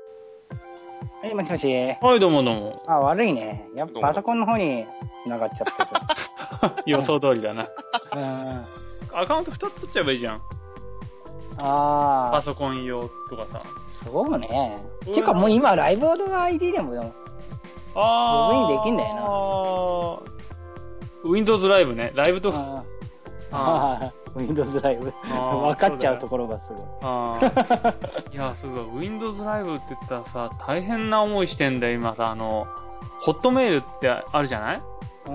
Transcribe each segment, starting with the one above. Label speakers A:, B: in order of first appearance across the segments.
A: はい、もしもし。
B: はい、どうもど うも。
A: あ、悪いね。やっぱパソコンの方に繋がっちゃって
B: 予想通りだな。
A: る。うん。
B: アカウント2つ取っちゃえばいいじゃん。
A: あ
B: パ
A: あ、
B: ソコン用とかさ。
A: そうね。
B: うん
A: ていうかもう今、ライブオードの ID でもよ、
B: あ
A: ログインできんだ
B: よな。Windows ライブね。ライブとか。
A: あ
B: あ
A: あ、Windows ライブ。
B: あー
A: 分かっちゃうところがすごい。
B: あ ーいや、すごい。Windows ライブって言ったらさ、大変な思いしてんだよ、今さ。あの、ホットメールってあるじゃない
A: うん。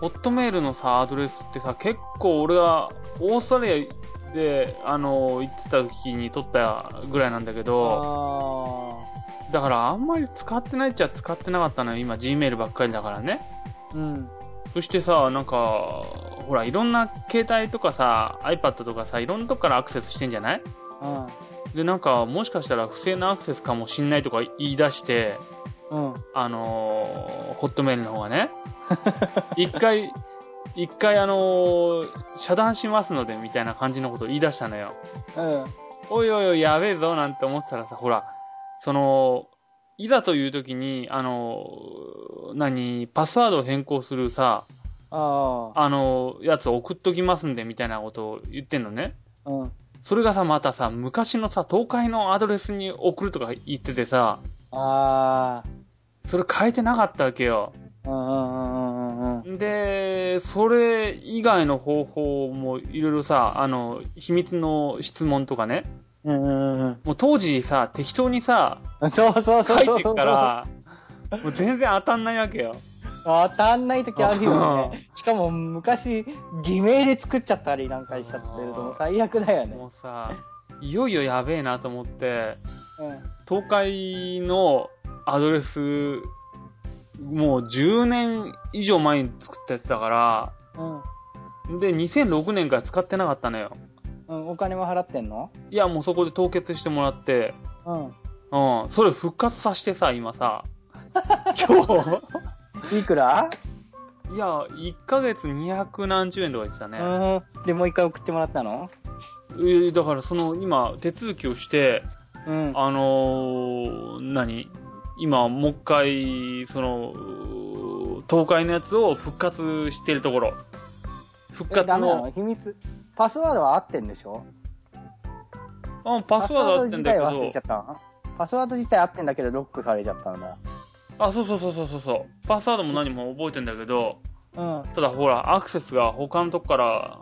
B: ホットメールのさ、アドレスってさ、結構俺はオーストラリアで、あの、行ってた時に撮ったぐらいなんだけど、
A: あ
B: だからあんまり使ってないっちゃ使ってなかったのよ。今 Gmail ばっかりだからね。
A: あ、うん。
B: そしてさ、なんか、ほら、いろんな携帯とかさ、iPad とかさ、いろんなとこからアクセスしてんじゃないで、なんか、もしかしたら不正なアクセスかもしんないとか言い出して、
A: うん。うん。
B: あのーホットメールの方がね、一回、一回あのー遮断しますので、みたいな感じのことを言い出したのよ。
A: うん。
B: おいおいおい、やべえぞ、なんて思ってたらさ、ほら、その、いざという時に、あのー何、パスワードを変更するさ、
A: ああ。
B: あのーやつ送っときますんで、みたいなことを言ってんのね。
A: うん。
B: それがさ、またさ、昔のさ、東海のアドレスに送るとか言っててさ、
A: ああ。
B: それ変えてなかったわけよ。
A: うんうんうんうんうんうん。
B: で、それ以外の方法もいろいろさ、あの、秘密の質問とかね。
A: うんうんうん
B: もう当時さ、適当にさ、
A: うん。そうそうそ
B: 書
A: う。
B: いてるか。ら、もう全然当たんないわけよ。
A: 当たんない時あるよね。しかも昔、偽名で作っちゃったりなんかしちゃってるともう最悪だよね。
B: もうさ、いよいよやべえなと思って、
A: うん。
B: 東海のアドレス、もう10年以上前に作ったやつだから、
A: うん。
B: で、2006年から使ってなかったのよ。
A: うん、お金も払ってんの
B: いや、もうそこで凍結してもらって、
A: うん。
B: うん、それ復活させてさ、今さ。今
A: いくら
B: 日いや、1ヶ月200何十円とか言ってたね。
A: うん。で、もう一回送ってもらったの
B: えーだからその、今、手続きをして、
A: うん。
B: あのー何今、もう一回、その、うー東海のやつを復活してるところ。復
A: え
B: 活
A: ダメな
B: の、
A: の秘密。パスワードは合ってんでしょ
B: うん、パスワードあってんだけ
A: パスワード自体忘れ
B: ど
A: ちゃ、ったのパスワード自体合ってんだけど、ロックされちゃったんだ。
B: あ、そうそうそうそうそうそう、パスワードも何も覚えてんだけど、
A: うん。
B: ただほら、アクセスが他のとこから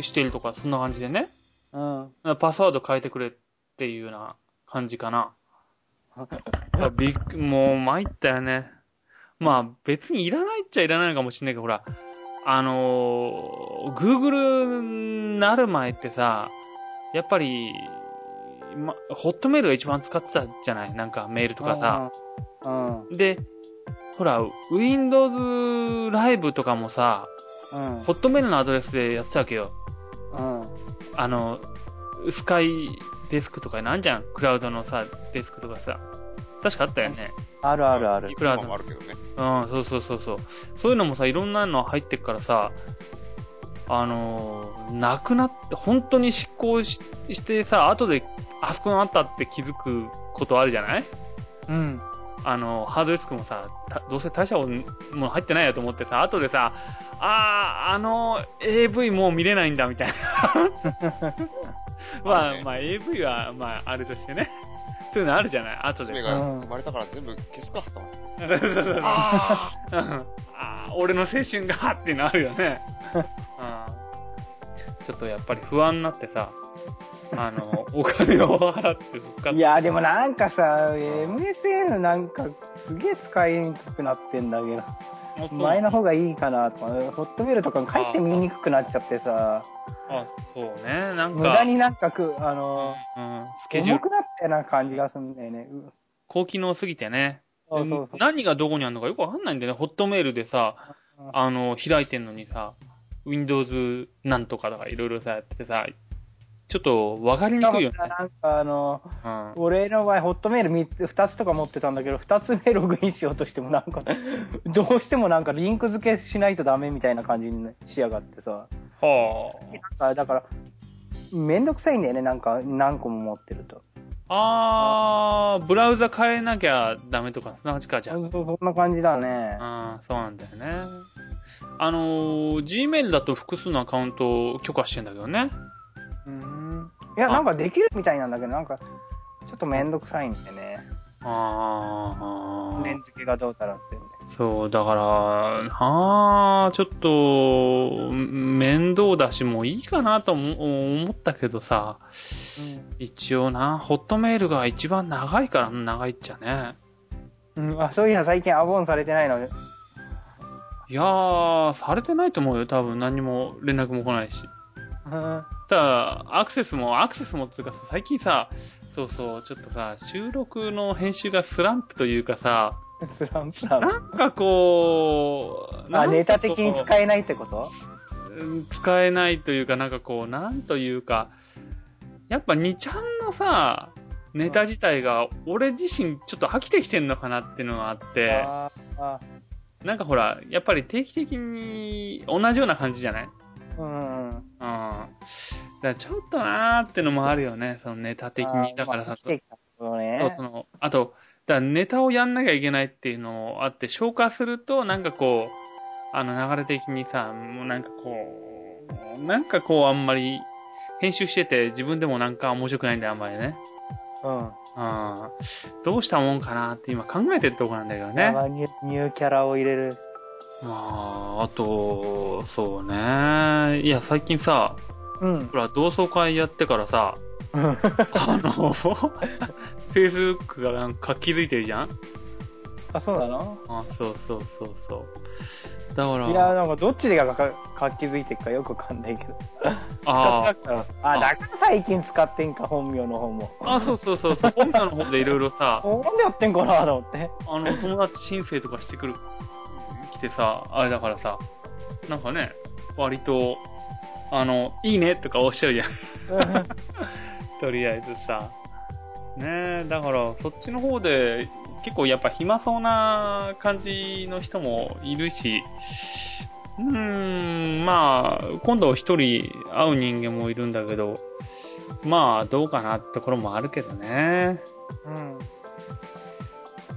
B: してるとか、そんな感じでね。
A: うん。
B: パスワード変えてくれっていうような感じかな。 いやびっくもう参ったよね。まあ別にいらないっちゃいらないのかもしれないけど、ほら、あのー、Google になる前ってさ、やっぱり、ま、ホットメールが一番使ってたじゃないなんかメールとかさ。
A: うん。うん。
B: で、ほら、Windows ライブとかもさ、
A: うん。
B: ホットメールのアドレスでやってたわけよ。
A: うん。
B: あの、スカイデスクとかなんじゃんクラウドのさ、デスクとかさ。確かあったよね。
A: あるあるある。
B: クラウド
C: 今もあるけどね。
B: うん、そうそうそうそう。そういうのもさ、いろんなの入ってっからさ、あのーなくなって、本当に執行ししてさ、後で、あそこにあったって気づくことあるじゃない
A: うん。
B: あの、ハードディスクもさ、たどうせ大したもの入ってないやと思ってさ、後でさ、あー、あの AV もう見れないんだみたいな。ま
C: あ
B: あ、
C: るね
B: まあ AV は、まあ、あれとしてね。 そういうのあるじゃない後で
C: 娘。が生まれたから全部消す か。
B: そうそうそう
C: あ
B: うんあー、俺の青春がっていうのあるよ ね。うんちょっとやっぱり不安になってさ、あの、お金を払って復活
A: いや、でもなんかさ、MSN なんかすげえ使いにくくなってんだけど、前の方がいいかなとか、ホットメールとか書いて見にくくなっちゃってさ、
B: あ、そうね。なんか、
A: 無駄になんかく、あの、
B: うん、スケジュー
A: 重く
B: ル
A: なったような感じがするんだよね。う
B: 高機能すぎてね。
A: そうそうそう。
B: 何がどこにあるのかよくわかんないんだよね。ホットメールでさ
A: うん、
B: あの、開いてんのにさ、Windows なんとかとかいろいろさ、やっててさ、ちょっとわかりにくいよね。
A: なんかあの、
B: うん
A: 俺の場合、ホットメール3つ、2つとか持ってたんだけど、2つ目ログインしようとしてもなんか、どうしてもなんかリンク付けしないとダメみたいな感じにしやがってさ。
B: は
A: なんか、だから、めんどくさいんだよね、なんか、何個も持ってると。
B: あ。あー、ブラウザ変えなきゃダメとか、すなわちかじゃあ。
A: そうそんな感じだね。
B: あーそうなんだよね。あのー、Gmail だと複数のアカウントを許可してんだけどね。
A: うん。いや、なんかできるみたいなんだけど、なんか、ちょっとめんどくさいんでね。
B: あー。
A: 年付けがどうたらって。
B: そう、だから、あー、ちょっと、面倒だし、もういいかなとも思ったけどさ、一応な、ホットメールが一番長いから、長いっちゃね。
A: うん。うん、あ、そういや、最近アボンされてないので。
B: いやー、されてないと思うよ、多分。何にも連絡も来ないし。
A: うん。
B: ただ、アクセスも、アクセスもっていうかさ、最近さ、そうそう、ちょっとさ、収録の編集がスランプというかさ、
A: スランプなの。
B: なんかこう、
A: あ、ネタ的に
B: え、
A: 使えないってこと
B: うん使えないというか、なんかこう、なんというか、やっぱ2ちゃんのさ、ネタ自体が、俺自身ちょっと飽きてきてんのかなっていうのがあって、
A: あーあ
B: なんかほら、やっぱり定期的に同じような感じじゃない
A: ー、うん。
B: うん。だからちょっとなーってのもあるよね、そのネタ的に。だから
A: まあ
B: さ、
A: 生きてきたけどね。
B: そうその、あと、だからネタをやんなきゃいけないっていうのもあって、消化すると、なんかこう、あの流れ的にさ、もうなんかこう、なんかこうあんまり、編集してて自分でもなんか面白くないんだよ、あんまりね。
A: うん。
B: うん。どうしたもんかなって今考えてるとこなんだけどね。
A: まあニュニューキャラを入れる。
B: まあ、あと、そうね。いや、最近さ、
A: うん。
B: ほら、同窓会やってからさ、あの、Facebook がなんか活気づいてるじゃん
A: あ、そうなの
B: あ、そうそうそうそう。だから、
A: いや、なんかどっちがか活気づいてるかよくわかんないけど。
B: あ
A: ああ、だから最近使ってんか、本名の方も。
B: あ、あ、そうそうそ うそう、本社の方でいろいろさ、
A: なんでやってんかなと思って。
B: あの、友達申請とかしてくる、来てさ、あれだからさ、なんかね、割と、あの、いいねとかおっしゃるじゃん。とりあえずさ。ねえ、だから、そっちの方で、結構やっぱ暇そうな感じの人もいるし、うーん、まあ、今度一人会う人間もいるんだけど、まあ、どうかなってところもあるけどね。
A: うん。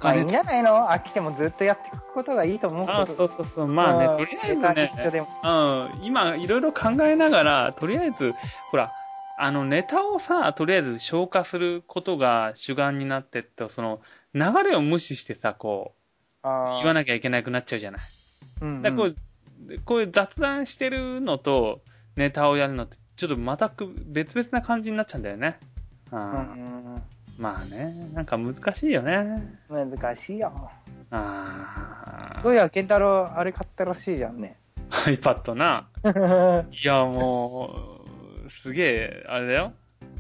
A: まあいいんじゃないの飽きてもずっとやっていくことがいいと思うけど。
B: あそうそうそう、まあね、とりあえずね、
A: ずね。
B: うん、今いろいろ考えながら、とりあえず、ほら、あのネタをさ、とりあえず消化することが主眼になってって、その流れを無視してさ、こう、
A: 言
B: 言わなきゃいけなくなっちゃうじゃない。
A: うん。
B: だからこう、こういう雑談してるのと、ネタをやるのって、ちょっとまたく別々な感じになっちゃうんだよね。う
A: うんん。
B: まあね、なんか難しいよね。
A: うん難しいよ。
B: あ
A: そういや、ケンタロウ、あれ買ったらしいじゃん ね。
B: あ、iPad な。
A: も
B: いや、もう、すげえ、あれだよ。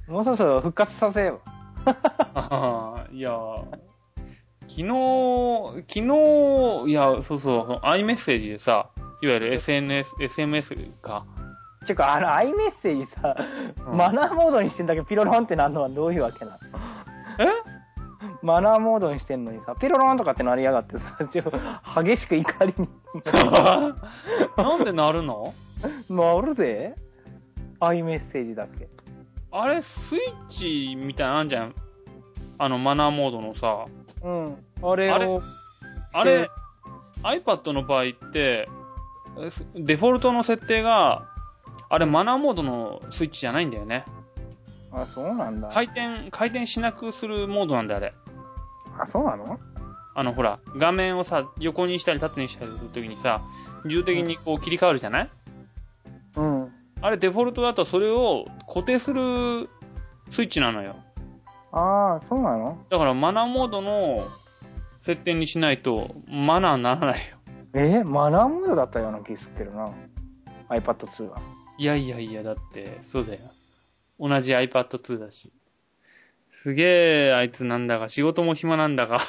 A: うそろそろ復活させよ。
B: あ あ、いやー、昨日、昨日、いや、そうそう、iMessage でさ、いわゆる SNS、SMS か。
A: ていうか、あの、アイメッセージさ、
B: うん
A: マナーモードにしてんだけど、ピロロンってなるのはどういうわけなの
B: え
A: マナーモードにしてんのにさ、ピロロンとかってなりやがってさ、ちょ激しく怒りに
B: なんでなるの
A: 回るぜ。アイメッセージだっけ。
B: あれ、スイッチみたいなのあんじゃん。あの、マナーモードのさ。
A: うん。あれを、
B: あれあれ、iPad の場合って、えすデフォルトの設定が、あれ、マナーモードのスイッチじゃないんだよね。
A: あ、そうなんだ。
B: 回転、回転しなくするモードなんだよ、あれ。
A: あ、そうなの
B: あのほら、画面をさ、横にしたり縦にしたりするときにさ、重的にこう切り替わるじゃない、
A: うん。
B: あれデフォルトだとそれを固定するスイッチなのよ。
A: ああ、そうなの
B: だからマナーモードの設定にしないとマナーにならないよ。
A: えマナーモードだったような気すってるな。iPad2 は。
B: いやいやいや、だって、そうだよ。同じ iPad2 だし。すげえ、あいつなんだか、仕事も暇なんだか。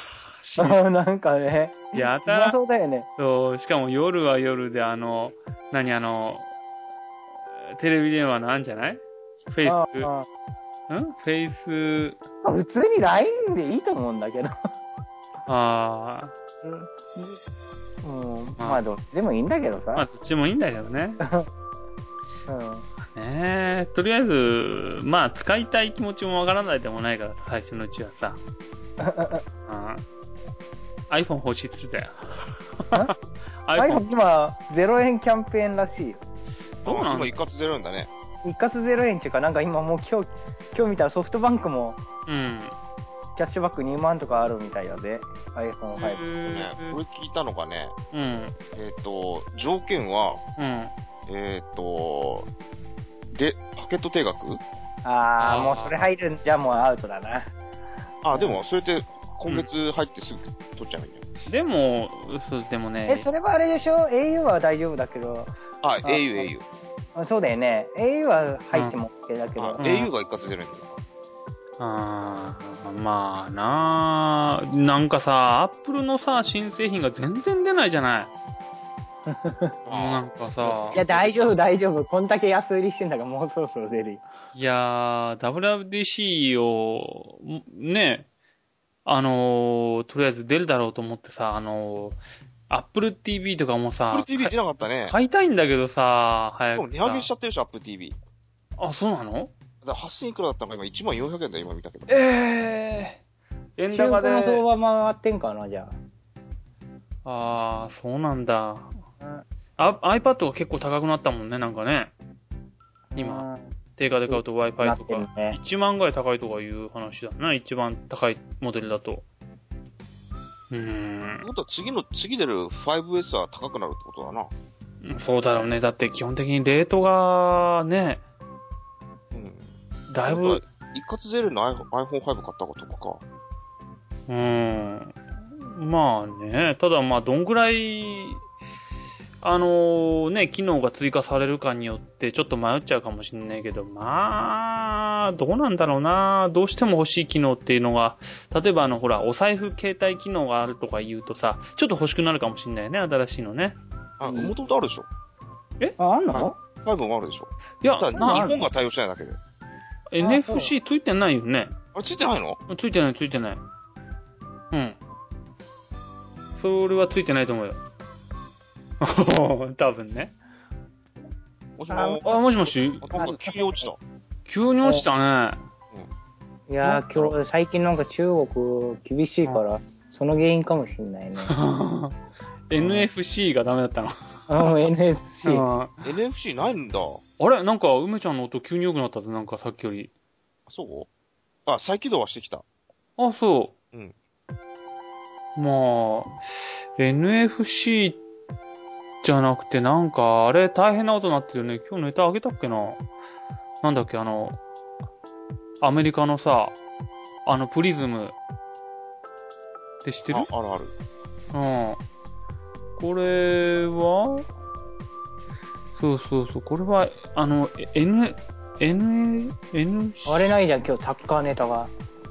B: し
A: あなんかね、
B: やた
A: ま
B: ら
A: そうだよね。
B: そう、しかも夜は夜で、あの、何あの、テレビ電話のあんじゃないフェイ
A: あ
B: ス、ん
A: あ
B: フェイス、
A: あ普通に LINE でいいと思うんだけど。
B: ああ、
A: うん、まあどっちでもいいんだけど
B: まあ
A: さ。
B: どっちもいいんだけどね。
A: うん。
B: ねえ、とりあえず、まあ、使いたい気持ちもわからないでもないから、最初のうちは さ。うん、iPhone 欲しいっつって たよ。iPhone
A: iPhone 今、0円キャンペーンらしいよ。
B: どうなん
C: 今一括ゼロ円だね。
A: 一括0円っていうか、なんか今もう今日、今日見たらソフトバンクも
B: うん。
A: キャッシュバック2万とかあるみたいだぜ。iPhone5。
C: ね、これ
B: う
C: 聞いたのがね、
B: ん。
C: えっ、と、条件は、
B: うん。
C: えっ、と、で、パケット定額
A: あ
B: あー
A: ー、もうそれ入るんじゃもうアウトだな。
C: あ、でも、それって、今月入ってすぐ取っちゃうんだよ。
B: でも、そうでもね。
A: え、それはあれでしょ ?au は大丈夫だけど、
C: あ、
A: あ
C: au、
A: あそうだよね。au は入っても OK だけ
C: au。あ、
A: ど。
B: ん
C: au が一括ゼロ円だよ。
B: あーまあなあなんかさ、アップルのさ、新製品が全然出ないじゃない。もうなんかさ
A: い、や、大丈夫、大丈夫。こんだけ安売りしてんだから、もうそろそろ出るよ。
B: いやー、WWDC を、ね、あのー、とりあえず出るだろうと思ってさ、あのー、Apple TV とかも
C: アップル
B: さ、
C: TV 出なかったね。
B: 買いたいんだけどさ、
C: で
B: 早
C: も
B: く
C: 値
B: さ。
C: 上げしちゃってるでしょ、アップル TV。
B: あ、そうなの
C: だから8000いくらだったのか、今1万400円だよ、今見たけど。
B: ええー。円
A: 中
B: 高
A: 古
B: で。
A: の相場回ってんかな、じゃ
B: ああ、そうなんだ。
A: あ。
B: あ、iPad が結構高くなったもんね、なんかね。今、
A: うん、
B: 定価で買うと
A: な
B: Wi-Fi
A: っ
B: と
A: てる
B: か。
A: ね。
B: 1万ぐらい高いとかいう話だな、一番高いモデルだと。うー
C: って
B: ん。
C: ことは次の、次出る 5S は高くなるってことだな。
B: そうだろうね。だって基本的にレートが、ね、
C: うん。
B: だい
C: なん
B: ぶ
C: か、一括ゼロ円の iPhone- iPhone5 買ったことか。
B: うん。まあね、ただまあどんぐらい、あのね、機能が追加されるかによってちょっと迷っちゃうかもしれないけど、まあ、どうなんだろうな。どうしても欲しい機能っていうのが、例えばあのほら、お財布携帯機能があるとか言うとさ、ちょっと欲しくなるかもしれないね、新しいのね。
C: あ、
A: うん
C: もともとあるでしょ。
A: あ、あんの
C: 5もあるでしょ。
B: いや、
C: ただ、
B: な
C: 日本が対応してないだけで。
A: そう
B: NFC ついてないよね。
C: あれ、ついてないの
B: ついてない、ついてない。うん。それはついてないと思うよ。 多分ね。
C: もし
A: あ
C: も、
B: あ、もしもし、
C: あなんか急に落ちた。
B: 急に落ちたね。
A: いやー、今日、最近なんか中国厳しいから、その原因かもしんない ね。
B: NFC がダメだった
A: うん、NSC。
B: な。
C: NFC ないんだ。
B: あれなんか、梅ちゃんの音急に良くなったぞ、なんかさっきより。
C: そうあ、再起動はしてきた。
B: あ、そう。
C: うん。
B: まあ、NFC じゃなくて、なんか、あれ大変なことになってるよね。今日ネタあげたっけななんだっけ、あの、アメリカのさ、あの、プリズム。って知ってる
C: ああるある。
B: うん。これは、そうそうそう、これは、あの、え N、N、N、
A: あれないじゃん、今日サッカーネタ が。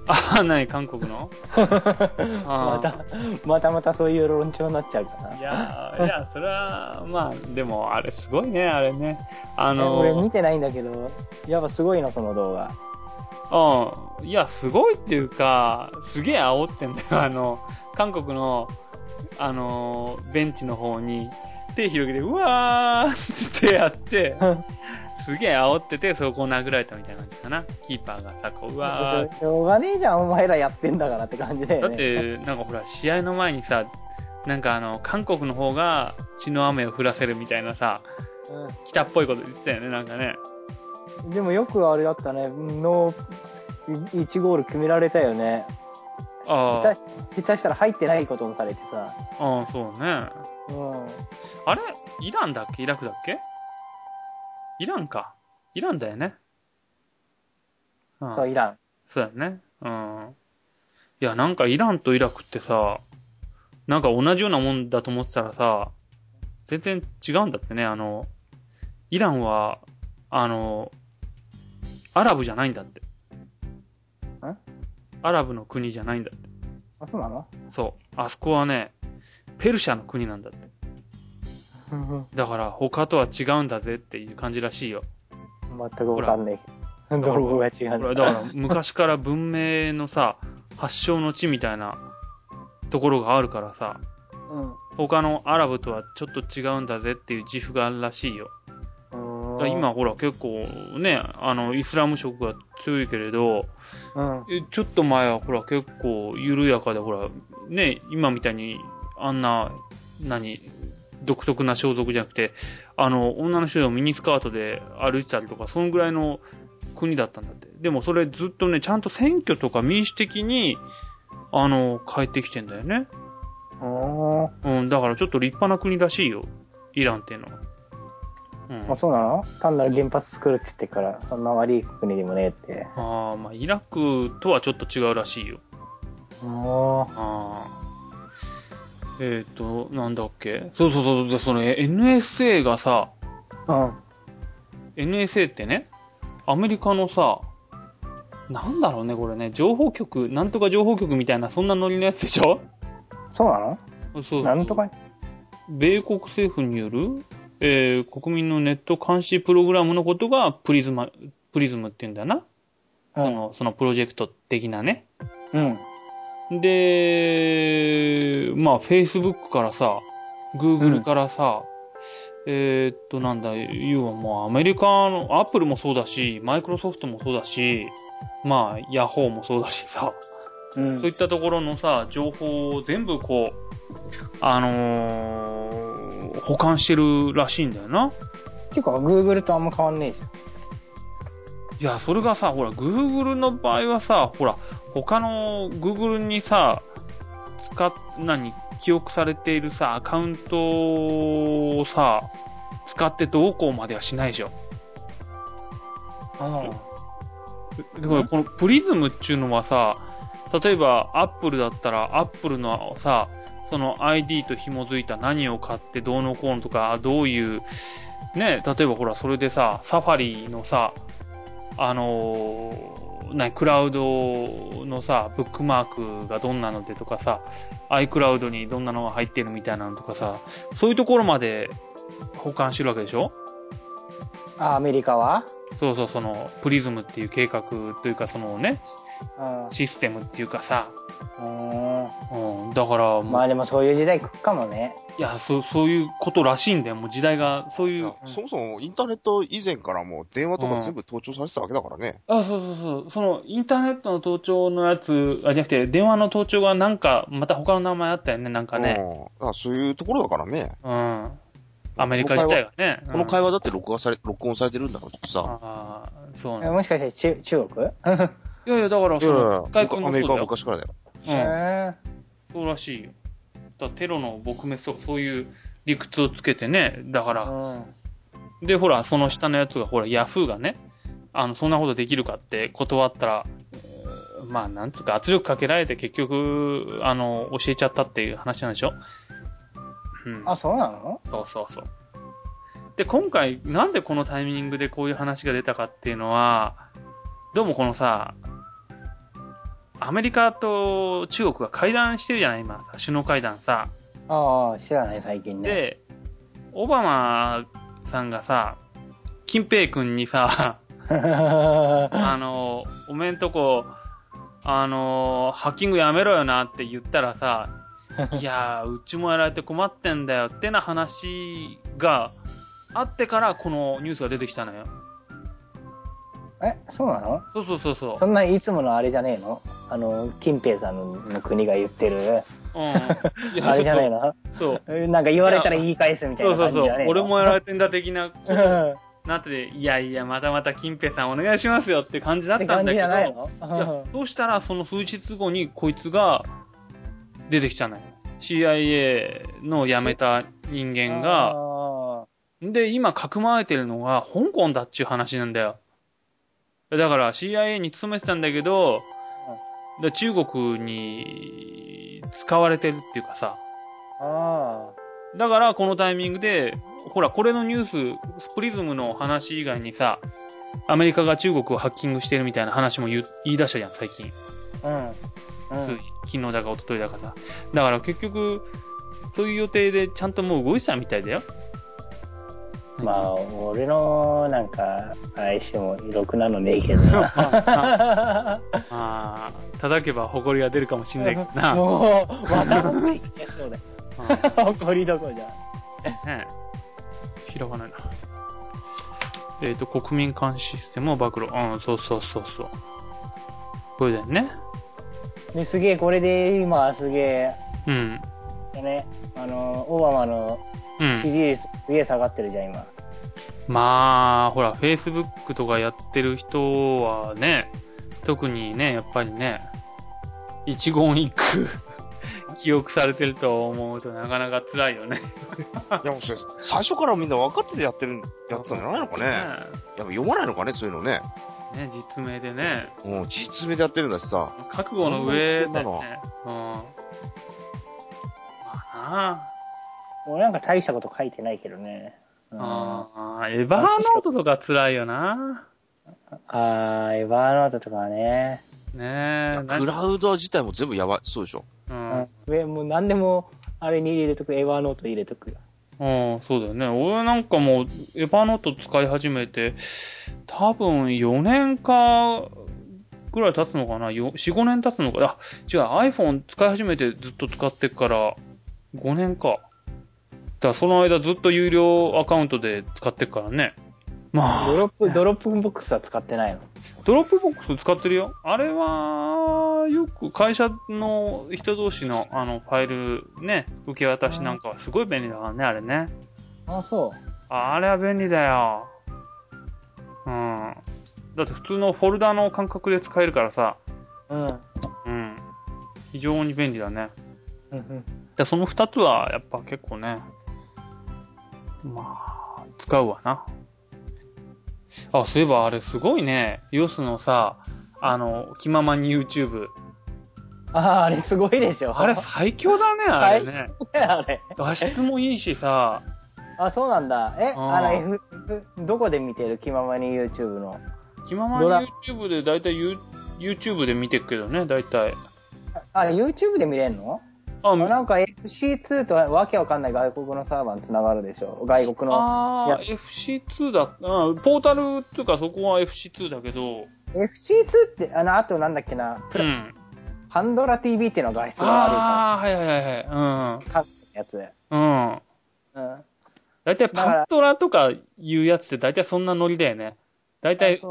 B: あ、ない、韓国のあ
A: ま
B: ー
A: た、またまたそういう論調になっちゃうかな。
B: いやー、いや、それは、まあ、でも、あれ、すごいね、あれね。あ
A: 俺
B: の
A: 見、てないんだけど、やっぱすごいな、その動画。
B: うん。いや、すごいっていうか、すげえ煽ってんだよ。 あの、韓国の、あの、ベンチの方に、手広げて、うわーってや って、すげえ煽ってて、そこを殴られたみたいな感じかな。キーパーがさ、こう、うわ
A: しょうがねえじゃん、お前らやってんだからって感じだ
B: ー。
A: よ
B: だっ
A: ね。
B: て、なんかほら、試合の前にさ、なんかあの、韓国の方が血の雨を降らせるみたいなさ、北っぽいこと言ってたよね、なんかね。
A: うんでもよくあれだったね、の1ゴール決められたよね。
B: あ
A: 下手し下手したら入ってないこともされてさ。
B: あ、ああ、そうね。
A: うん。
B: あれイランだっけイラクだっけイランか。イランだよね。うん
A: そう、イラン。
B: そうだよね。うん。いや、なんかイランとイラクってさ、なんか同じようなもんだと思ってたらさ、全然違うんだってね。あの、イランは、あの、アラブじゃないんだって。
A: え
B: アラブの国じゃないんだって。
A: あ、そうなの
B: そう。あそこはね、ペルシャの国なんだって。だから他とは違うんだぜっていう感じらしいよ。
A: 全くわかんない。ど
B: ら
A: こが違う
B: これ
A: の
B: はだから昔から文明のさ、発祥の地みたいなところがあるからさ、
A: うん。
B: 他のアラブとはちょっと違うんだぜっていう自負があるらしいよ。
A: うーん
B: だ今ほら結構ね、あの、イスラム色が強いけれど、
A: うん。
B: えちょっと前はほら結構緩やかでほら、ね、今みたいにあんな、何、独特な装束じゃなくて、あの、女の人がミニスカートで歩いてたりとか、そのぐらいの国だったんだって。でもそれずっとね、ちゃんと選挙とか民主的に、あの、変えてきてんだよね。
A: おー
B: うん、だからちょっと立派な国らしいよ。イランっていうのは。うん。
A: あ、そうなの単なる原発作るって言ってから、そんな悪い国でもねえって。
B: ああ、まあ、イラクとはちょっと違うらしいよ。
A: おー
B: ああ。えっ、と、なんだっけそうそうそうそう、そのえ NSA がさ、
A: うん。
B: NSA ってね、アメリカのさ、なんだろうね、これね、情報局、なんとか情報局みたいな、そんなノリのやつでしょ
A: そうなの
B: そうそう
A: なんとか、
B: 米国政府による、えー国民のネット監視プログラムのことがプリズマ、プリズムって言うんだよな。
A: うん
B: その、そのプロジェクト的なね。
A: うん。
B: で、まあ、Facebook からさ、Google からさ、えーっと、なんだ、要はもうアメリカの、Apple もそうだし、Microsoft もそうだし、まあ、Yahoo もそうだしさ、
A: うん
B: そういったところのさ、情報を全部こう、あのー保管してるらしいんだよな。
A: ていうか、Google とあんま変わんねえじ
B: いや、それがさ、ほら、Google の場合はさ、ほら、他の Google にさ、使っ、何、記憶されているさ、アカウントをさ、使ってどうこうまではしないでしょ。
A: ゃん。うん。
B: でもこのプリズムっていうのはさ、例えば Apple だったら Apple のさ、その ID と紐づいた何を買ってどうのこうのとか、どういう、ね、例えばほら、それでさ、サファリのさ、あのー、なクラウドのさ、ブックマークがどんなのでとかさ、iCloud にどんなのが入ってるみたいなのとかさ、そういうところまで保管してるわけでしょ
A: あ、アメリカは
B: そうそう、その、プリズムっていう計画というか、そのね、
A: うん。
B: システムっていうかさ、
A: う
B: うん、だから、
A: ん。まあでもそういう時代来っかもね。
B: いやそう、そういうことらしいんだよ、もう時代が、そう
C: い
B: い
C: や
B: う。
C: そもそもインターネット以前からもう電話とか全部盗聴されてたわけだからね。
B: あ、そうそうそう、その、インターネットの盗聴のやつ、あ、じゃなくて、電話の盗聴がなんか、また他の名前あったよね、なんかね。
C: うんだからそういうところだからね。
B: うん。アメリカ自体がね。
C: この
B: うん
C: 会話だって録画され、録音されてるんだからさ。
B: ああ、そう
A: え
B: なんだ。
A: もしかして中中国
B: いやいや、だから、
C: い
B: そ
C: やいや
B: の、
C: いや
B: 外国
C: ア
B: も
C: メリ
B: そうだ
C: カは
B: よ。
C: 昔からだよ。
B: うん。
A: へ
B: そうらしいよ。だからテロの撲滅とか、そういう理屈をつけてね、だか
A: え
B: ら、
A: うん。
B: で、ほら、その下のやつが、ほら、ヤフーがね、あの、そんなことできるかって断ったら、えーまあ、なんつうか、圧力かけられて結局、あの、教えちゃったっていう話なんでしょうん。
A: あ、そうなの
B: そうそうそう。で、今回、なんでこのタイミングでこういう話が出たかっていうのは、どうもこのさ、アメリカと中国が会談してるじゃない今さ、首脳会談さ。
A: ああ、してたね、最近ね。
B: で、オバマさんがさ、金平君にさ、あの、おめんとこ、あの、ハッキングやめろよなって言ったら さ、いやー、うちもやられて困ってんだよってな話があってからこのニュースが出てきたのよ。
A: え、そうなの
B: そうそうそうそ
A: そんないつものあれじゃねえのあの、金平さんの国が言ってる、
B: う。 うん。
A: あれじゃない
B: の
A: の
B: そう
A: なんか言われたら言い返すみたい
B: そう
A: な
B: そう
A: 感じ
B: そ
A: じ
B: う
A: ゃね。えの
B: 俺もやられてんだ的なこと
A: うん
B: なってて、いやいや、またまた金平さんお願いしますよって感じ だ
A: っ
B: ってたん
A: 感
B: だ
A: じ
B: け
A: じ
B: ど、
A: ゃないの
B: いや、そうしたら、その数日後にこいつが出てきたのよ。CIA の辞めた人間が、
A: あ
B: で、今、かくまえてるのが香港だっちゅう話なんだよ。だから、CIA に勤めてたんだけど、で中国に使われてるっていうかさ、
A: ーあ
B: だから、このタイミングで、ほら、これのニュース、スプリズムの話以外にさ、アメリカが中国をハッキングしてるみたいな話も言う言い出したじゃん、最近。
A: ー、うん。うん
B: つい昨日だか一昨日だかさ。だから結局、そういう予定でちゃんともう動いてたみたいだよ。
A: まあ、俺の、なんか、愛しても、ろくなのねえ けどな。
B: あー、叩けば埃が出るかもしんないけどな。うん
A: もう、また怒り出そうだよ。怒りどころじゃん。
B: ねえ、ひらがないな。えっ、と、国民監視システムを暴露。うん、そうそうそうそう。これだよね。
A: ですげえ、これで今、すげ
B: うん。
A: え、ね、あの、オバマの
B: う
A: 支
B: ん。
A: 持率すげえ下がってるじゃん、今。
B: まあ、ほら、Facebook とかやってる人はね、特にね、やっぱりね、一言一句、 記憶されてると思うとなかなか辛いよね。
C: いや、もうそれ、最初からみんな分かっててやってる、やってたんじゃないのかね。いや、読まないのかね、そういうのね。
B: ね、実名でね、
C: もう、実名でやってるんだしさ。
B: 覚悟の上だ
C: そんな
B: よ
C: の
B: ね。うん。まあなあ。
A: 俺なんか大したこと書いてないけどね。うんあ
B: ああ、エヴァーノートとか辛いよな。
A: ー、エヴァーノートとかはね。
B: ねえ。
C: クラウド自体も全部やばい、そうでしょ。
B: うん。
A: 上もう何でも、あれに入れとく、エヴァーノート入れとく。
B: うん、そうだよね。俺なんかもう、エヴァノート使い始めて、多分4年か、ぐらい経つのかなよ ?4、5年経つのかあ、違う、iPhone 使い始めてずっと使ってっから、5年か。だからその間ずっと有料アカウントで使ってっからね。まあ。
A: ドロップ、 ドロップボックスは使ってないの。
B: ドロップボックス使ってるよ。あれは、よく会社の人同士のあのファイルね、受け渡しなんかはすごい便利だからね、あれね。
A: あ、そ
B: あれは便利だよ。うん。だって普通のフォルダの感覚で使えるからさ、
A: う。うん。
B: うん。非常に便利だね。
A: うんうん
B: でその二つはやっぱ結構ね、まあ、使うわな。あ、そういえばあれすごいね。ヨスのさ、あの、気ままに YouTube。
A: ああ、あれすごいでしょ。
B: あれ最強だね、あれね。
A: だよあれ。
B: 画質もいいしさ、
A: あ、そうなんだ。え、
B: うん
A: あの F、F どこで見てる気ままに YouTube の。
B: 気まま
A: ドラ
B: に YouTube でだいたい YouTube で見てるけどね、だいたい。
A: あ、YouTube で見れんの
B: あ、
A: あなんか FC2 とわけわかんない外国のサーバーに繋がるでしょ。外国の。
B: あー FC2 だった。うんポータルっていうかそこは FC2 だけど、
A: FC2 って、あの、あとなんだっけな、プ
B: う
A: ラ
B: ん。
A: パンドラ TV っていうのが画質が悪いか
B: ああー、はいはいはいはい。
A: ら。韓国のやつ。
B: うん。うん。
A: うん。
B: 大体パンドラとかいうやつって大体そんなノリだよね。大体、
A: あ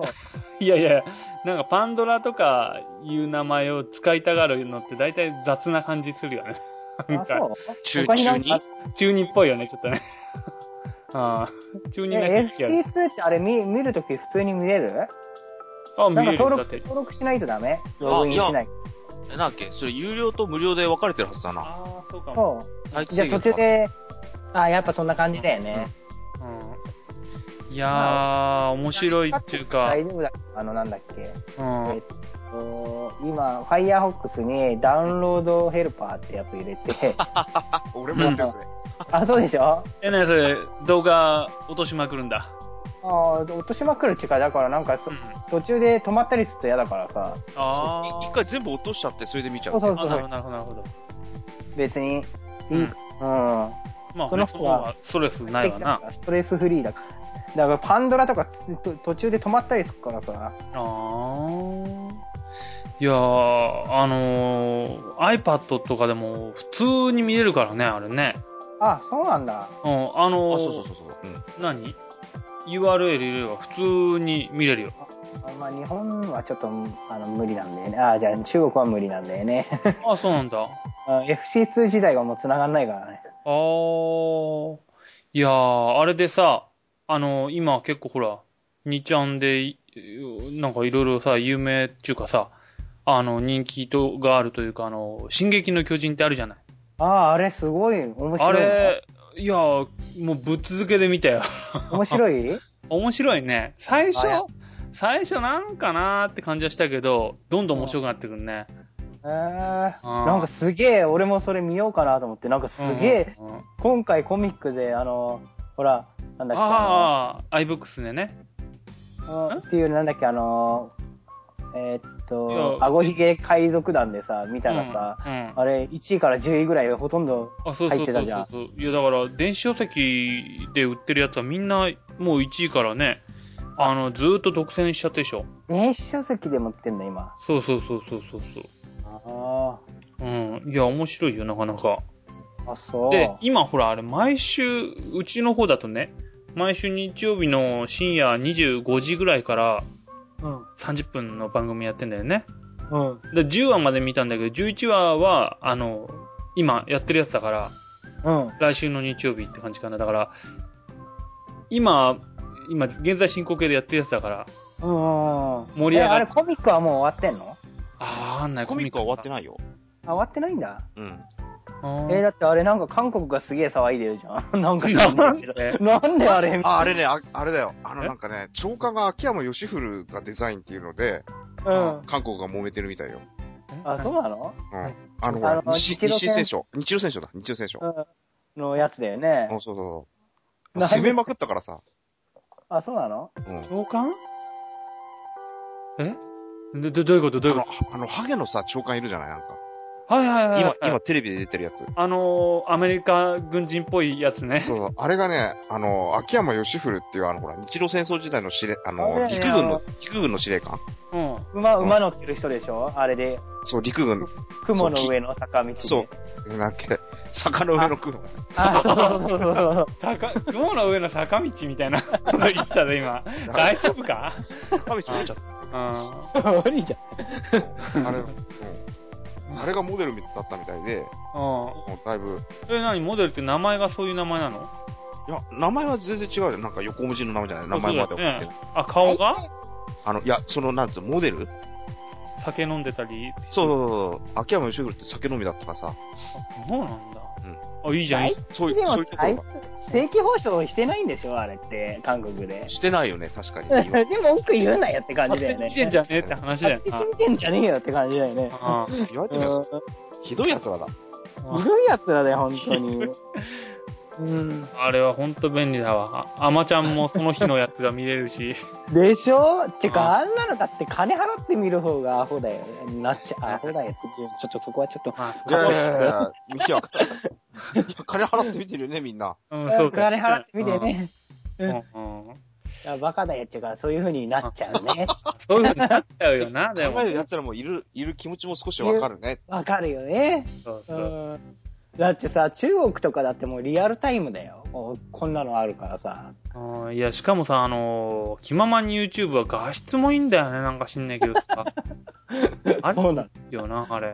B: いやいや、なんかパンドラとかいう名前を使いたがるのって大体雑な感じするよね。
A: そう。
B: なん
A: あ、
B: か、
A: そう
C: 中、
A: 他にな
C: 中
A: ん
C: に
A: か
B: 中二っぽいよね、ちょっとね。 ああ、中二な
A: え、
B: やつ好きやね
A: FC2 ってあれ見見るとき普通に見れる
B: あ、見
A: なんか
B: えるよ
A: 登
B: だっ
A: 録
B: て。
A: 登録しないとダメログインしないと。
C: なんだっけそれ、有料と無料で分かれてるはずだな。
B: ああ、そうかも。
A: そう。
C: 待機
A: じゃあ
C: 制
A: 途
C: 限
A: 中
C: とか
A: で、あ、やっぱそんな感じだよね。
B: うん、いやー、面白いっていうか、
A: 大丈夫だ。あの、なんだっけ。
B: うん、
A: えっと、今、Firefox にダウンロードヘルパーってやつ入れて、
C: あ、俺もやってるんですね。
A: あ、そうでしょ
B: え、なにそれ、動画落としまくるんだ。
A: あー落としまくる力だから、なんかそ
B: うん、
A: 途中で止まったりすると嫌だからさ、
B: あ
C: そうい
B: ー
C: 一回全部落としちゃって、それで見ちゃう。
A: そうそう
B: あ、
A: そ
B: なる
A: う
B: ほど、なるほど、なるほど。
A: 別に、い
B: う
A: い
B: ん、
A: うん。
B: まあ、そ
A: そ
B: の
A: の
B: 方
A: 方が
B: はストレスないわな。
A: ストレスフリーだから。だからパンドラとかと途中で止まったりするからさ。
B: あーいやー、あのー、iPad とかでも普通に見れるからね、あれね。
A: あ、そうなんだ。
B: うん、あ
C: あ、
B: のー、
C: そうそうそうそう。うん。
B: 何 ?URL 入れれば普通に見れるよ。
A: あまあ、日本はちょっとあの無理なんだよね。あじゃあ中国は無理なんだよね。
B: あ、そうなんだ。
A: あ FC2 時代がもう繋がんないからね。
B: あー。いやー、あれでさ、あのー今結構ほら、2ちゃんでい、なんかいろいろさ、有名っていうかさ、あの、人気とがあるというか、あの、進撃の巨人ってあるじゃない。
A: ああ、あれすごい。面白い。
B: あれ、いやー、もうぶっ続けで見たよ。
A: 面白い
B: 面白いね。最初
A: あや、
B: 最初なんかなーって感じはしたけど、どんどん面白くなってくるね。
A: えー、
B: あー
A: なんかすげえ、俺もそれ見ようかなと思って、なんかすげえ、
B: うんうんうん
A: 今回コミックで、あの、ほら、なんだっけ、あ
B: ああ、iBooks でね。
A: のう
B: あ
A: んっていう、なんだっけ、あの、えーっと
B: い、や
A: あごひげ海賊団でさ、見たらさ、
B: うんうん
A: あれ、1位から10位ぐらいほとんど、
B: あ、そうそ
A: 入
B: うそう
A: ってたじゃん
B: そういや、だから、電子書籍で売ってるやつはみんな、もう1位からね、あの、ずーっと独占しちゃってるでしょ。
A: 電子書籍で持ってんだ、今。
B: そうそうそうそうそうそう。
A: あ
B: うん。いや、面白いよ、なかなか。
A: あ、あ、そう。
B: で、今ほら、あれ、毎週、うちの方だとね、毎週日曜日の深夜25時ぐらいから
A: うん。
B: 30分の番組やってんだよね。
A: うん。
B: で、10話まで見たんだけど、11話は、あの、今やってるやつだから、
A: うん。
B: 来週の日曜日って感じかな。だから、今、今、現在進行形でやってるやつだから、
A: うん。
B: 盛り上がっ
A: えあれ、コミックはもう終わってんの
B: あー、わかんない。
C: コミックは終わって
B: ない。
C: ないよ。
A: あ、終わってないんだ。
C: うん。
A: えー、
B: あ
A: だってあれなんか韓国がすげえ騒いでるじゃん。なん か知
B: ー
A: んな
B: ないん
A: けど
B: で
A: なんであれ
C: あ、あれね、ああれだよ。あの、
B: え
C: なんかね、長官が秋山義古がデザインっていうので、
A: うん。
C: 韓国が揉めてるみたいよ。
A: あ、 そうなの
C: うん。あの、ほ
A: あ
C: ら
A: の
C: 日
A: 日露
C: 日
A: 戦
C: 戦書。日露戦書だ、日露戦書。う
A: うん。のやつだよね。
C: ん、そうそうそう。
A: なんで
C: 攻めまくったからさ。
A: あ、そうなの
C: うん。
B: 長官えど、ど、どういうことどう
C: あ
B: いう
C: の
B: こ、
C: あのハゲのさ、長官いるじゃないなんか。
B: とはいはいはいは
C: 今
B: い。、
C: 今、テレビで出てるやつ。
B: あのー、アメリカ軍人っぽいやつね。
C: そうそう。あれがね、あの、秋山義古っていう、あの、ほら、日露戦争時代の司令、あ
A: あれ
C: の、
A: ね
C: 陸軍の、陸軍の司令官。
B: うん。
A: 馬、馬乗ってる人でしょあれで。
C: そう、陸軍、
A: 雲の上の坂道で。
C: そう。なんて、坂の上の雲。
A: あ、そうそうそうそう。
B: 坂、雲の上の坂道みたい なこと言ったで、今。大丈夫か
C: 坂道降りちゃっ
B: う
A: 無理じゃん。
C: た。あれ、うん。あれがモデルだったみたい
B: ん。
C: で、
B: うん。
C: もうだいぶ、
B: え、何モデルって名前がそういう名前なの
C: いや、名前は全然違うよ。なんか横文字の名前じゃない。名前まで送ってる。
B: あ、顔が
C: あの、いや、その、なんつうの、モデル
B: 酒飲んでたり。
C: そうそうそうそう。秋山義古って酒飲みだったからさ。
B: あそうなんだ。あ、いいじゃん。いいじ
C: そういう、
A: でも
C: そういうところが。
A: 正規放送してないんでしょあれって、韓国で。
C: してないよね、確か に。
A: でも文句言うなよって
B: ゃん
A: 感じだよ
B: 勝手に
A: ね
B: 見。てんじゃねえって話だよ
A: 勝手に見てんじゃねえよって感じだよね
B: な。。あー
C: 言われて
A: うん
C: みればひどい奴らだ。
A: ひどいやつらだよ、本当に。うん。
B: あれはほんと便利だわ。あアマちゃんもその日のやつが見れるし。
A: でしょて
B: あ
A: か、あんなのだって金払って見る方がアホだよ。なっちゃ、アホだよって。ちょっとそこはちょっと。
B: あ
C: いやいやいやいや、ミキは、いや 金払って見てるよね、みんな。
B: うん、そうだ
A: 金払って見て。ね。
B: うんうんうん
A: いやバカだよっていうか、そういう風になっちゃう ね。
B: そういう風になっちゃうよな、
C: 考
B: でも。
C: える奴らもいる、いる気持ちも少しわかるね。
A: わかるよね。
B: そう
A: う
B: そう。
A: ん。だってさ、中国とかだってもうリアルタイムだよ。もうこんなのあるからさ。
B: うんいや、しかもさ、あのー、気ままに YouTube は画質もいいんだよね、なんか知んないけどさ。
C: あ
A: そうなの。
B: いいよな、あれ。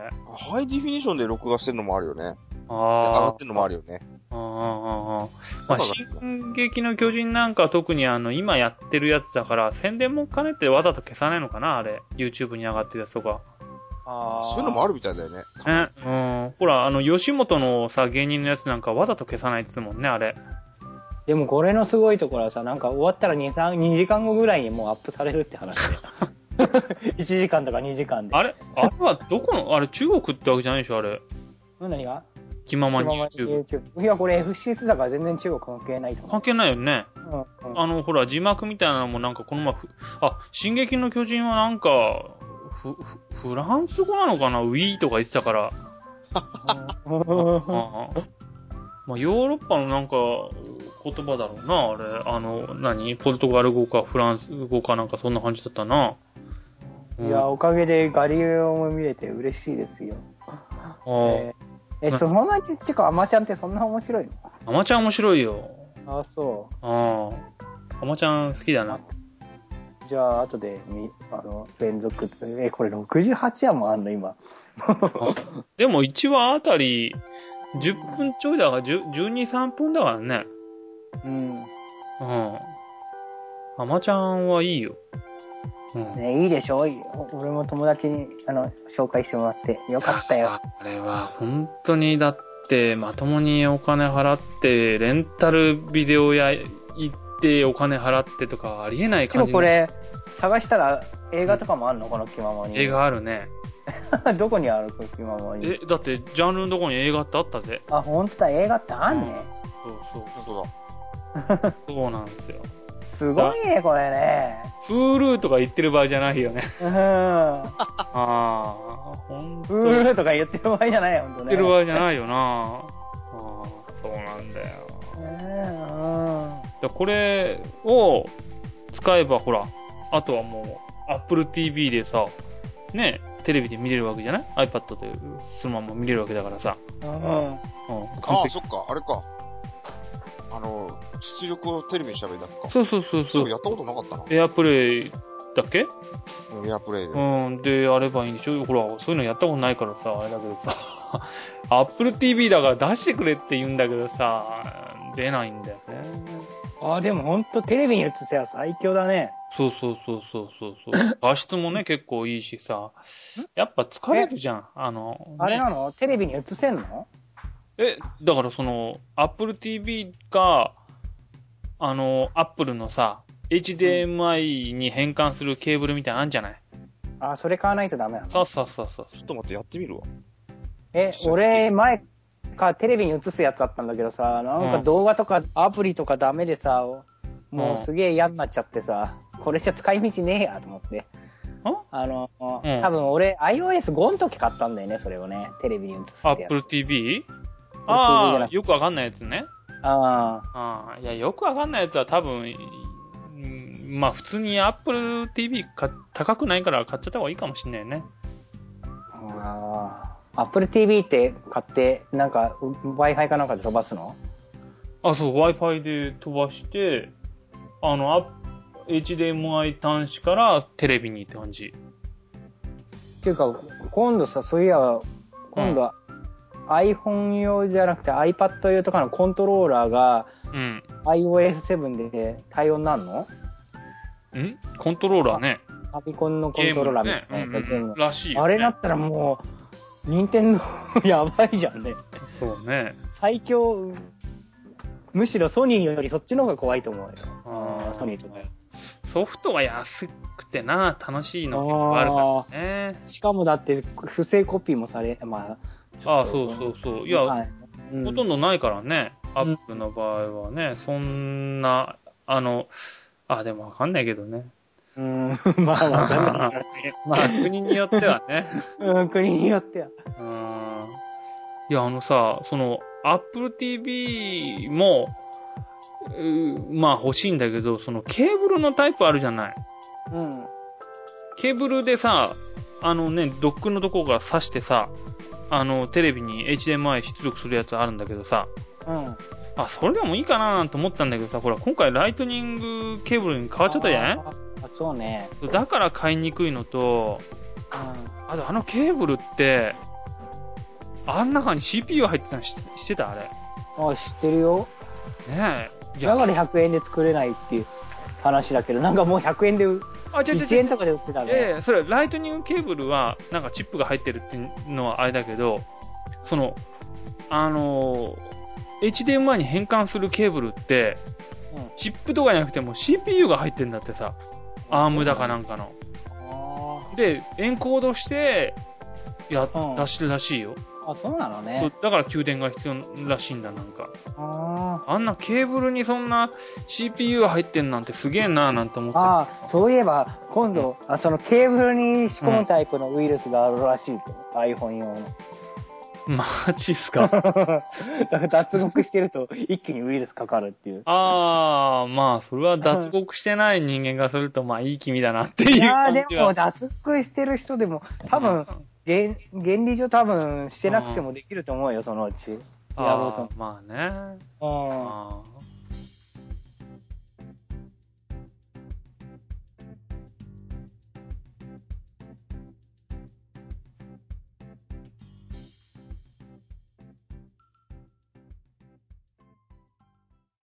C: ハイディフィニションで録画してるのもあるよね。上が
B: あ
C: ってるのもあるよね。
B: あ。うんうんうんうんまあ、進撃の巨人なんかは特にあの、今やってるやつだから、宣伝も兼ねてわざと消さないのかな、あれ。YouTube に上がってるやつとか。
A: あ
C: そういうのも
A: あ
C: あるみたいだよね。
B: ね、うん。ほら、あの、吉本のさ、芸人のやつなんかわざと消さないっつうもんね、あれ。
A: でもこれのすごいところはさ、なんか終わったら2、3、2時間後ぐらいにもうアップされるって話で。1時間とか2時間で。
B: あれあれはどこの、あれ中国ってわけじゃないでしょ、あれ。
A: 何が
B: 気ままに
A: 今まで
B: YouTube。
A: YouTube いや、これ FCS だから全然中国関係ないと思
B: 関係ないよね。
A: う。うんうん
B: あの、ほら、字幕みたいなのもなんかこのままふ、あ、進撃の巨人はなんか、ふ、ふフランス語なのかなウィーとか言ってたから。ああまあ、ヨーロッパのなんか、言葉だろうな、あれ。あの、何ポルトガル語かフランス語かなんかそんな感じだったな。うん
A: いや、おかげでガリレオも見れて嬉しいですよ。
B: ああ
A: えーえ、ちょ、そんなに、てか、アマちゃんってそんな面白い
B: アマちゃん面白いよ。
A: のあ、そ
B: ああ。アマちゃん好きだな。
A: う。じゃあ、後で、み、あの、連続、え、これ68話もあんの、今。
B: でも1話あたり、10分ちょいだから、10 12、3分だからね。
A: うん。
B: うん。アマちゃんはいいよ。うん。
A: ね、いいでしょい俺も友達に、あの、紹介してもらって、よかったよ。
B: あれは本当にだってまともにお金払ってレンタルビデオ屋行ってお金払ってとかありえない
A: で
B: 感
A: も
B: じ
A: こ
B: の
A: れ、探したら映画とかもあんのこの気ままに。
B: 映画あるね。
A: どこにあるこの気ままに。
B: え、だってジャンルのとこに映画ってあったぜ。
A: あ、本当だ、映画ってあんね。
B: そうそう
C: 本当だ。
B: そう。そうなんですよ。
A: すごいね、これね。
B: Hulu とか言ってる場合じゃない よね。
A: うん。
B: ああ、本当
A: う
B: に言っ
A: ーとか言ってる場合じゃないよ、ほんとね。
B: てる場合じゃないよな。ああ、そうなんだよ。
A: うんうん
B: だからこれを使えば、ほら、あとはもう、Apple TV でさ、ね、テレビで見れるわけじゃない ?iPad でそのまま見れるわけだからさ。
A: うん。
B: うん、完
C: ああ、
B: 璧。
C: そっか、あれか。ああの、出力をテレビにしたらいいだけか。
B: そうそうそう
C: そ
B: そう
C: う、。やったことなかったな。
B: エアプレイだっけ
C: エアプレイで。
B: うん、で、やればいいんでしょほら、そういうのやったことないからさ、あれだけどさ、Apple TV だから出してくれって言うんだけどさ、出ないんだよね。
A: ああ、でもほんとテレビに映せば最強だね。
B: そうそうそうそうそうそう。画質もね、結構いいしさ、やっぱ疲れるじゃん。あの、
A: あれ
B: ね
A: なのテレビに映せんの
B: え、だからその、Apple TV が、あの、Apple のさ、HDMI に変換するケーブルみたいなのあんじゃない
A: ああ、それ買わないとダメなの
B: そうそうそうそう。
C: ちょっと待って、やってみるわ。
A: え、俺、前かテレビに映すやつあったんだけどさ、なんか動画とかアプリとかダメでさ、もうすげえ嫌になっちゃってさ、これじゃ使い道ねえやと思って。あの、
B: ん
A: 多分俺 iOS5 の時買ったんだよね、それをね。テレビに映すってやつ。
B: Apple TV?
A: TV じゃ
B: あ
A: な
B: あ
A: く、て
B: よくわかんないやつね。
A: ああ。
B: ああ、いや、よくわかんないやつは多分、うんまあ普通に Apple TV か高くないから買っちゃった方がいいかもしんないよね。
A: ああ。Apple TV って買って、なんか、う Wi-Fi かなんかで飛ばすの
B: あ、そう、Wi-Fi で飛ばして、あの、アップ HDMI 端子からテレビにって感じ。
A: っていうか、今度さ、そういや、今度は、iPhone 用じゃなくて iPad 用とかのコントローラーが
B: うん。
A: iOS7 で対応になるの
B: んコントローラーね。
A: ファミコンのコントローラーみ
B: ゲ
A: たい
B: ム
A: な
B: ね
A: やつ、
B: うんうんうんらしいよ、ね。
A: あれなったらもう、任天堂やばいじゃんね。
B: そうね。
A: 最強、むしろソニーよりそっちの方が怖いと思うよ。
B: あー
A: ソニーとか。
B: ソフトは安くてな、楽しいの結構あるからね。
A: しかもだって、不正コピーもされ、まあ、
B: ああ、そうそうそう。いや、
A: はいうん
B: ほとんどないからね、ア
A: うん
B: ップの場合はね、そんな、あの、あ、でもわかんないけどね。
A: うん、 まあ、わかんない
B: まあ、国によってはね。
A: うん、国によっては。
B: うん。いや、あのさ、その、Apple TV も、うーまあ欲しいんだけど、そのケーブルのタイプあるじゃない。
A: うん。
B: ケーブルでさ、あのね、ドックのとこが挿してさ、あの、テレビに HDMI 出力するやつあるんだけどさ、
A: うん。
B: あ、それでもいいかなと思ったんだけどさ、ほら、今回ライトニングケーブルに変わっちゃったじゃない
A: ああそうね。
B: だから買いにくいのと、
A: う
B: あとあのケーブルって、あん中に CPU 入ってたのししてたあれ。
A: ん。あ、知ってるよ。
B: ねえ。い
A: だ
B: や、
A: から100円で作れないっていう話だけど、なんかもう100円で、
B: あ、違う違う
A: 1
B: 違
A: 円
B: う。
A: とかで売ってたね。
B: ええそれライトニングケーブルは、なんかチップが入ってるっていうのはあれだけど、その、あのー HDMI に変換するケーブルって、
A: うん
B: チップとかじゃなくてもう CPU が入ってんだってさ、アームだかなんかの。
A: あ
B: で、エンコードして、やっ
A: うん
B: 出してるらしいよ、
A: ーあ、そうなの
B: そう
A: ね。
B: だから給電が必要らしいんだ、なんか。
A: あ
B: あんなケーブルにそんな CPU 入ってんなんてすげえなーなんて思っ
A: ー
B: てた。
A: あー、そういえば、今度、あそのケーブルに仕込むタイプのウイルスがあるらしいよ。iPhone 用の。
B: マジっすか。
A: だから脱獄してると一気にウイルスかかるっていう。
B: あー、まあ、それは脱獄してない人間がすると、まあ、いい気味だなって
A: い
B: いう
A: や
B: 感
A: ー、
B: じ
A: でも
B: は。
A: 脱獄してる人でも、多分、原原理上多分してなくてもできると思うよ、そのうち。やろうと
B: あーまあね。
A: 思う。うん
B: あ